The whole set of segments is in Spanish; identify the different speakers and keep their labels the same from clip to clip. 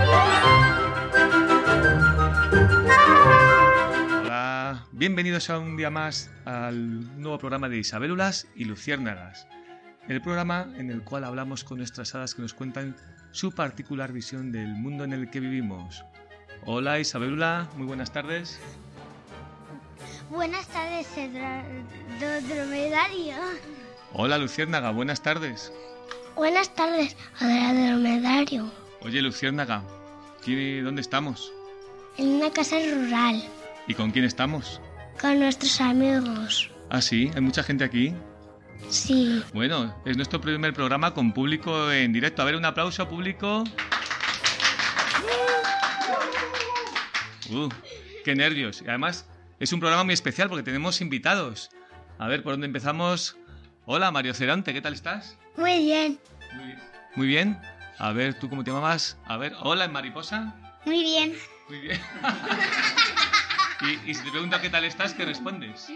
Speaker 1: Hola, Ah, bienvenidos a un día más al nuevo programa de Isabélulas y Luciérnagas, el programa en el cual hablamos con nuestras hadas que nos cuentan su particular visión del mundo en el que vivimos. Hola Isabelula, muy buenas tardes.
Speaker 2: Buenas tardes, Eduardo Dromedario.
Speaker 1: Hola Luciérnaga, buenas tardes.
Speaker 2: Buenas tardes, Eduardo Dromedario.
Speaker 1: Oye Luciérnaga, ¿qué- ¿dónde estamos?
Speaker 2: En una casa rural,
Speaker 1: ¿Y con quién estamos?
Speaker 2: con nuestros amigos.
Speaker 1: Ah, sí, hay mucha gente aquí.
Speaker 2: Sí.
Speaker 1: Bueno, es nuestro primer programa con público en directo. A ver, un aplauso público. Uh, qué nervios. Y además, es un programa muy especial porque tenemos invitados. A ver, ¿por dónde empezamos? Hola, Mario Cerante, ¿qué tal estás?
Speaker 2: Muy bien.
Speaker 1: Muy bien. A ver, ¿tú cómo te llamabas? A ver, hola, mariposa.
Speaker 2: Muy bien.
Speaker 1: Muy bien. y, y si te pregunto qué tal estás, ¿qué respondes?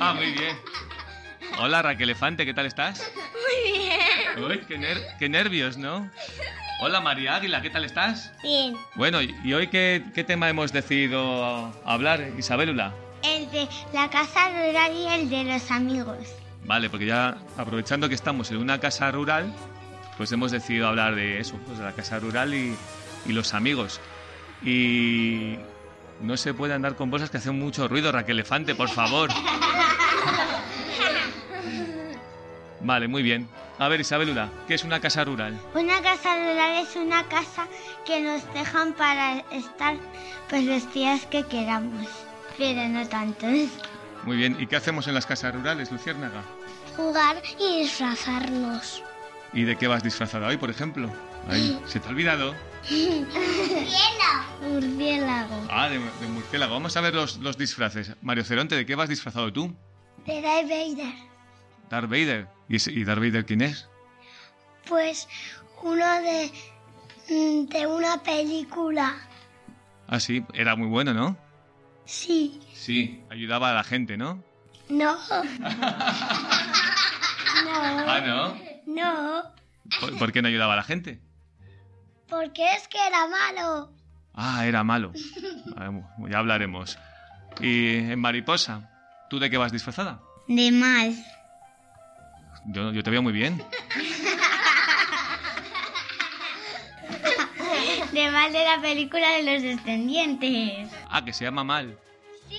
Speaker 1: Ah, muy bien. Hola, Raquel Elefante, ¿qué tal estás?
Speaker 2: Muy bien.
Speaker 1: Uy, qué, ner- qué nervios, ¿no? Hola María Águila, ¿qué tal estás?
Speaker 2: Bien.
Speaker 1: Bueno, ¿y y hoy qué, qué tema hemos decidido hablar, Isabelula?
Speaker 2: El de la casa rural y el de los amigos.
Speaker 1: Vale, porque ya aprovechando que estamos en una casa rural, pues hemos decidido hablar de eso, pues de la casa rural y, y los amigos. Y no se puede andar con bolsas que hacen mucho ruido, Raquel Elefante, por favor. Vale, muy bien. A ver, Isabelula, ¿qué es una casa rural?
Speaker 2: Una casa rural es una casa que nos dejan para estar pues los días que queramos, pero no tantos.
Speaker 1: Muy bien, ¿y qué hacemos en las casas rurales, Luciérnaga?
Speaker 2: Jugar y disfrazarnos.
Speaker 1: ¿Y de qué vas disfrazada hoy, por ejemplo? Ay, se te ha olvidado.
Speaker 2: Murciélago.
Speaker 1: Ah, de, de murciélago. Vamos a ver los, los disfraces. Mario Ceronte, ¿de qué vas disfrazado tú?
Speaker 2: De Darth Vader.
Speaker 1: Darth Vader. ¿Y, ese- y Darth Vader quién es?
Speaker 2: Pues uno de, mm, de una película.
Speaker 1: Ah, sí, era muy bueno, ¿no?
Speaker 2: Sí.
Speaker 1: Sí. Ayudaba a la gente, ¿no?
Speaker 2: No.
Speaker 1: Ah,
Speaker 2: no.
Speaker 1: ¿no?
Speaker 2: No.
Speaker 1: ¿Por, por qué no ayudaba a la gente?
Speaker 2: Porque es que era malo.
Speaker 1: Ah, era malo. Ah, mu- Ya hablaremos. ¿Y en mariposa? ¿Tú de qué vas disfrazada?
Speaker 2: De mal.
Speaker 1: Yo, yo te veo muy bien.
Speaker 2: De mal de la película de los descendientes.
Speaker 1: Ah, que se llama mal.
Speaker 2: Sí.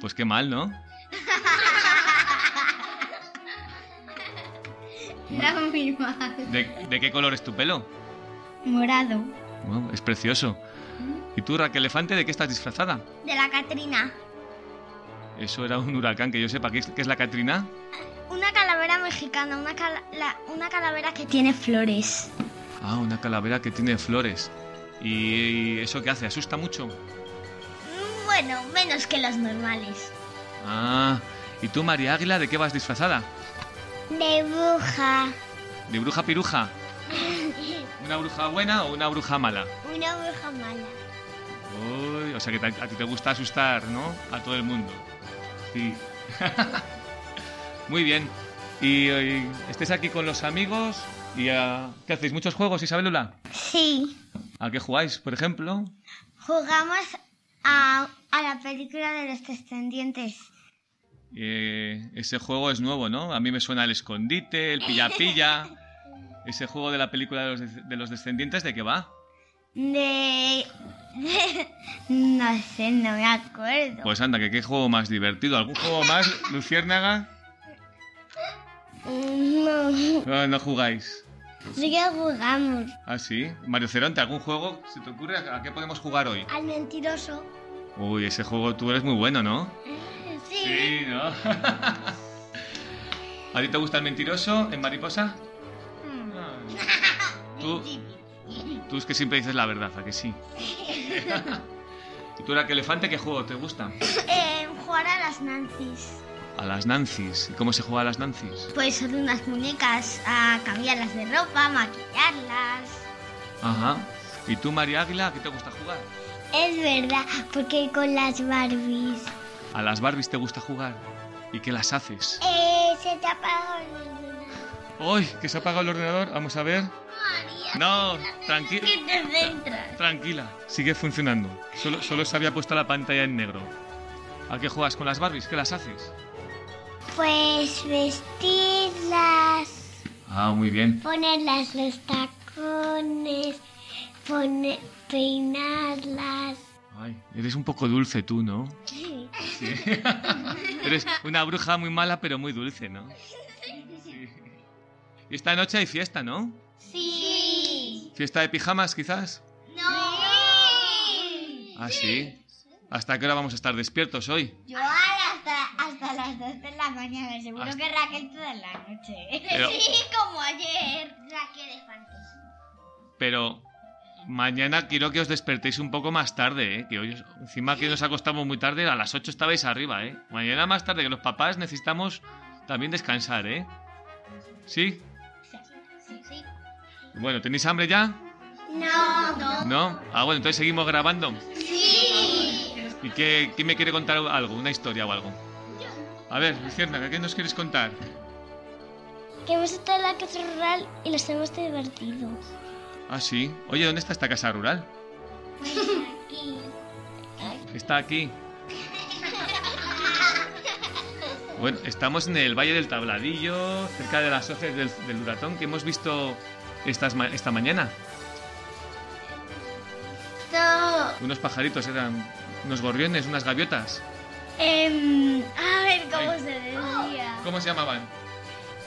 Speaker 1: Pues qué mal, ¿no?
Speaker 2: Era muy mal.
Speaker 1: ¿De, de qué color es tu pelo?
Speaker 2: Morado.
Speaker 1: Bueno, es precioso. ¿Y tú, Raquel Elefante, de qué estás disfrazada?
Speaker 2: De la Catrina.
Speaker 1: Eso era un huracán que yo sepa. ¿Qué es, qué es la Catrina?
Speaker 2: Una calavera mexicana, una, cala- la- una calavera que tiene flores.
Speaker 1: Ah, una calavera que tiene flores. ¿Y, y eso qué hace? ¿Asusta mucho?
Speaker 2: Mm, Bueno, menos que las normales.
Speaker 1: Ah, ¿y tú, María Águila, de qué vas disfrazada?
Speaker 2: De bruja.
Speaker 1: ¿De bruja piruja? ¿Una bruja buena o una bruja mala?
Speaker 2: Una bruja mala.
Speaker 1: Uy, o sea que te- a ti te gusta asustar, ¿no? A todo el mundo. Sí. Muy bien. Y, y estés aquí con los amigos y ah, ¿qué hacéis? ¿Muchos juegos, Isabelula?
Speaker 2: Sí.
Speaker 1: ¿A qué jugáis, por ejemplo?
Speaker 2: Jugamos a, a la película de los descendientes.
Speaker 1: Eh, ese juego es nuevo, ¿no? A mí me suena el escondite, el pilla-pilla. Ese juego de la película de los, des- de los descendientes, ¿de qué va?
Speaker 2: De... de- No sé, no me acuerdo.
Speaker 1: Pues anda, que qué juego más divertido. ¿Algún juego más, Luciérnaga?
Speaker 2: Mm, No.
Speaker 1: No, no jugáis.
Speaker 2: Sí que jugamos.
Speaker 1: Ah, sí. Mario Ceronte, ¿algún juego se te ocurre? ¿A qué podemos jugar hoy?
Speaker 2: Al mentiroso.
Speaker 1: Uy, ese juego tú eres muy bueno, ¿no? Sí, ¿no? ¿A ti te gusta el mentiroso en mariposa? Tú, tú es que siempre dices la verdad, ¿a que sí? ¿Y tú, que Elefante, qué juego te gusta?
Speaker 2: Eh, jugar a las Nancy's.
Speaker 1: A las Nancy's. ¿Y cómo se juega a las Nancy's?
Speaker 2: Pues son unas muñecas a cambiarlas de ropa, maquillarlas.
Speaker 1: Ajá. ¿Y tú, María Águila, a qué te gusta jugar?
Speaker 2: Es verdad, porque con las Barbies.
Speaker 1: ¿A las Barbies te gusta jugar? ¿Y qué las haces?
Speaker 2: Eh, se te ha apagado el ordenador.
Speaker 1: ¡Uy! ¿Que se ha apagado el ordenador? Vamos a ver.
Speaker 2: María,
Speaker 1: No, tranquila.
Speaker 2: que te centras.
Speaker 1: Tranquila, sigue funcionando. Solo, solo se había puesto la pantalla en negro. ¿A qué juegas con las Barbies? ¿Qué las haces?
Speaker 2: Pues vestirlas,
Speaker 1: Ah, muy bien.
Speaker 2: ponerlas los tacones, poner, peinarlas.
Speaker 1: Ay, eres un poco dulce tú, ¿no? Sí. eres una bruja muy mala, pero muy dulce, ¿no? Sí. Y esta noche hay fiesta, ¿no?
Speaker 2: Sí.
Speaker 1: ¿Fiesta de pijamas, quizás?
Speaker 2: No.
Speaker 1: Ah, sí. ¿Hasta qué hora vamos a estar despiertos hoy?
Speaker 2: Yo hasta, hasta las 2 de la mañana, seguro
Speaker 1: Hasta-
Speaker 2: que Raquel toda la noche.
Speaker 1: Pero-
Speaker 2: Sí, como ayer. Raquel es fantasma.
Speaker 1: Pero mañana quiero que os despertéis un poco más tarde, ¿eh? Que hoy os- encima que nos acostamos muy tarde, a las 8 estabais arriba, ¿eh? Mañana más tarde que los papás necesitamos también descansar, ¿eh? ¿Sí?
Speaker 2: Sí, sí.
Speaker 1: Bueno, ¿tenéis hambre ya?
Speaker 2: No, no.
Speaker 1: ¿No? Ah, bueno, entonces seguimos grabando.
Speaker 2: Sí.
Speaker 1: ¿Y qué, quién me quiere contar algo? ¿Una historia o algo? A ver, Luciérnaga, ¿qué nos quieres contar?
Speaker 2: Que hemos estado en la casa rural y los hemos divertido.
Speaker 1: Ah, sí. Oye, ¿dónde está esta casa rural?
Speaker 2: Aquí.
Speaker 1: Está aquí. Bueno, estamos en el Valle del Tabladillo, cerca de las hoces del, del Duratón que hemos visto estas ma- esta mañana.
Speaker 2: Esto.
Speaker 1: Unos pajaritos eran unos gorriones, unas gaviotas.
Speaker 2: em, a ver cómo
Speaker 1: Ay.
Speaker 2: se decía.
Speaker 1: ¿Cómo se llamaban?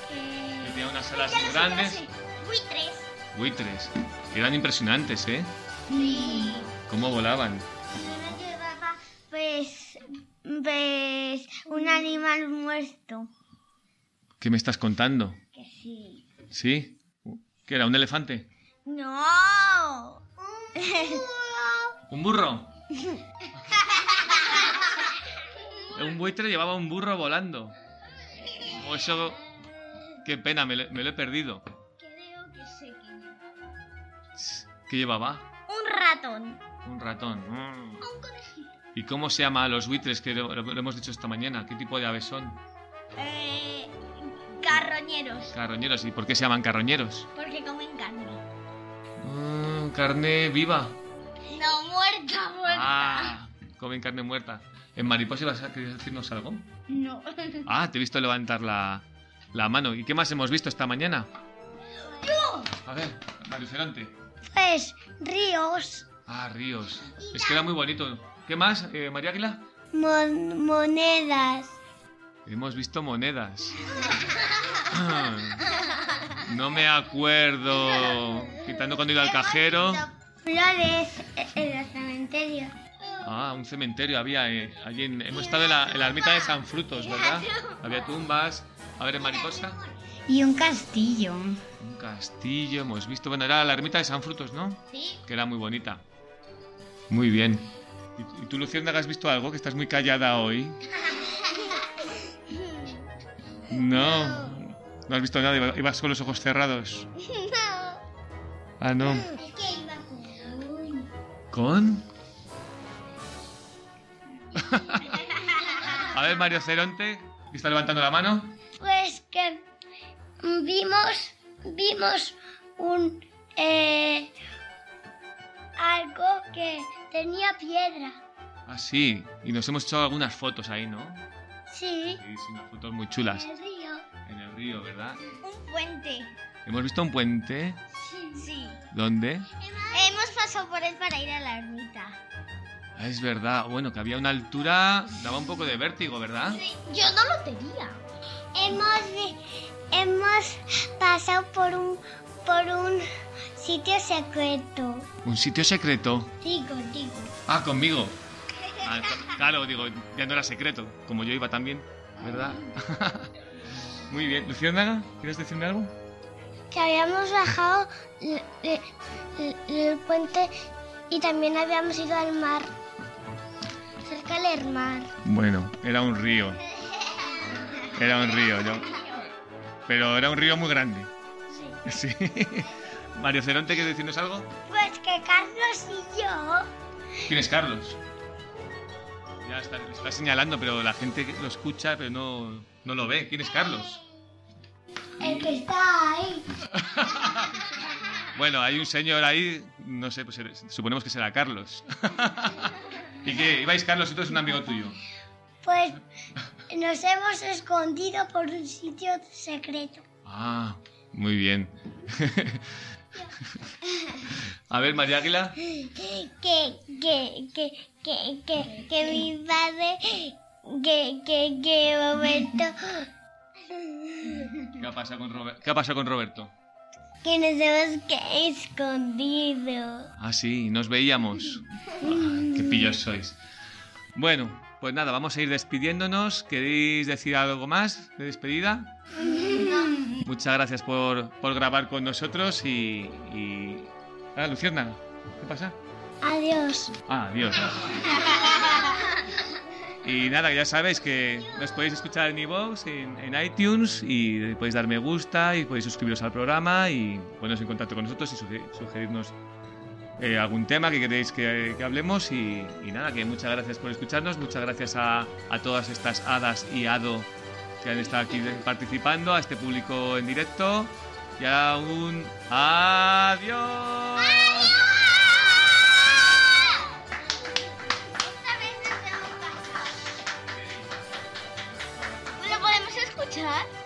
Speaker 1: Que
Speaker 2: Eh,
Speaker 1: tenían unas alas muy grandes.
Speaker 2: Buitres.
Speaker 1: Buitres. Eran impresionantes, ¿eh?
Speaker 2: Sí.
Speaker 1: Cómo volaban.
Speaker 2: Yo llevaba, pues, pues, un animal muerto.
Speaker 1: ¿Qué me estás contando?
Speaker 2: Que sí.
Speaker 1: ¿Sí? ¿Qué era? ¿Un elefante?
Speaker 2: ¡No! Un
Speaker 1: ¿Un burro? un buitre llevaba un burro volando. O eso. Qué pena, me lo, me lo he perdido.
Speaker 2: Creo que sé quién.
Speaker 1: ¿Qué llevaba?
Speaker 2: Un ratón.
Speaker 1: Un ratón. Mm. ¿Y cómo se llama a los buitres que lo, lo hemos dicho esta mañana? ¿Qué tipo de aves son?
Speaker 2: Eh, carroñeros.
Speaker 1: Carroñeros. ¿Y por qué se llaman carroñeros?
Speaker 2: Porque comen carne.
Speaker 1: Mm, carne viva.
Speaker 2: No, muerta,
Speaker 1: Ah, comen carne muerta. ¿En mariposa ibas a querías decirnos algo?
Speaker 2: No.
Speaker 1: Ah, te he visto levantar la, la mano. ¿Y qué más hemos visto esta mañana? A ver, Mariferante.
Speaker 2: Pues, ríos.
Speaker 1: Ah, ríos. Es que era muy bonito. ¿Qué más, eh, María Águila?
Speaker 2: monedas.
Speaker 1: Hemos visto monedas. No me acuerdo. Quitando cuando he ido al cajero.
Speaker 2: Flores eh, en los cementerios.
Speaker 1: Ah, un cementerio había eh, allí. en- hemos estado en la, en la ermita de San Frutos, ¿verdad? Había tumbas. A ver, en Mariposa.
Speaker 2: Y un castillo.
Speaker 1: Un castillo hemos visto. Bueno, era la ermita de San Frutos, ¿no?
Speaker 2: Sí.
Speaker 1: que era muy bonita. Muy bien. ¿Y, y tú, Luciérnaga, has visto algo? Que estás muy callada hoy. No. No has visto nada, iba- ibas con los ojos cerrados.
Speaker 2: No.
Speaker 1: Ah, no.
Speaker 2: Es que iba con
Speaker 1: ¿Con? A ver, Mario Ceronte, que está levantando la mano.
Speaker 2: Pues que vimos, vimos un eh, algo que tenía piedra.
Speaker 1: Ah, sí. Y nos hemos hecho algunas fotos ahí, ¿no?
Speaker 2: Sí.
Speaker 1: Sí, sí, unas fotos muy chulas.
Speaker 2: El río.
Speaker 1: En el río, ¿verdad?
Speaker 2: Un puente.
Speaker 1: Hemos visto un puente.
Speaker 2: Sí.
Speaker 1: ¿Dónde?
Speaker 2: Hemos pasado por él para ir a la ermita.
Speaker 1: Ah, Es verdad, bueno, que había una altura, daba un poco de vértigo, ¿verdad?
Speaker 2: Yo no lo tenía. Hemos, vi- hemos pasado por un, por un sitio secreto.
Speaker 1: Un sitio secreto.
Speaker 2: Digo, digo.
Speaker 1: Ah, conmigo. Ah, c- claro, digo, ya no era secreto, como yo iba también, ¿verdad? Muy bien. Luciana, ¿quieres decirme algo?
Speaker 2: Que habíamos bajado l- l- l- el puente y también habíamos ido al mar. Cerca del mar.
Speaker 1: Bueno, era un río. Era un río, yo. Pero era un río muy grande.
Speaker 2: Sí.
Speaker 1: Sí. Mario Ceronte, ¿quieres decirnos algo?
Speaker 2: Pues que Carlos y yo
Speaker 1: ¿Quién es Carlos? Ya está, le está señalando, pero la gente lo escucha, pero no, no lo ve. ¿Quién es Carlos?
Speaker 2: El que está ahí.
Speaker 1: Bueno, hay un señor ahí, no sé, pues suponemos que será Carlos. ¿Y qué? ¿Ibais Carlos y tú es un amigo tuyo?
Speaker 2: Pues nos hemos escondido por un sitio secreto.
Speaker 1: Ah, muy bien. A ver, María Águila.
Speaker 2: Que, que, que, que, que, que mi padre, que, que, que Roberto,
Speaker 1: ¿Qué ha pasado con, Robe- ¿Qué ha pasado con Roberto?
Speaker 2: que nos hemos que- escondido.
Speaker 1: Ah, sí, nos veíamos. Ah, qué pillos sois. Bueno, pues nada, vamos a ir despidiéndonos. ¿Queréis decir algo más de despedida? Muchas gracias por, por grabar con nosotros y... y... Ah, Lucierna, ¿qué pasa?
Speaker 2: Adiós.
Speaker 1: Ah, Dios. Y nada, ya sabéis que nos podéis escuchar en iVoox, en, en iTunes, y podéis dar me gusta, y podéis suscribiros al programa, y poneros en contacto con nosotros y suge- sugerirnos eh, algún tema que queréis que, que hablemos. Y, y nada, que muchas gracias por escucharnos, muchas gracias a, a todas estas hadas y hado que han estado aquí de- participando, a este público en directo, y a un ¡Adiós!
Speaker 2: Esta vez nos hemos pasado. ¿Lo podemos escuchar?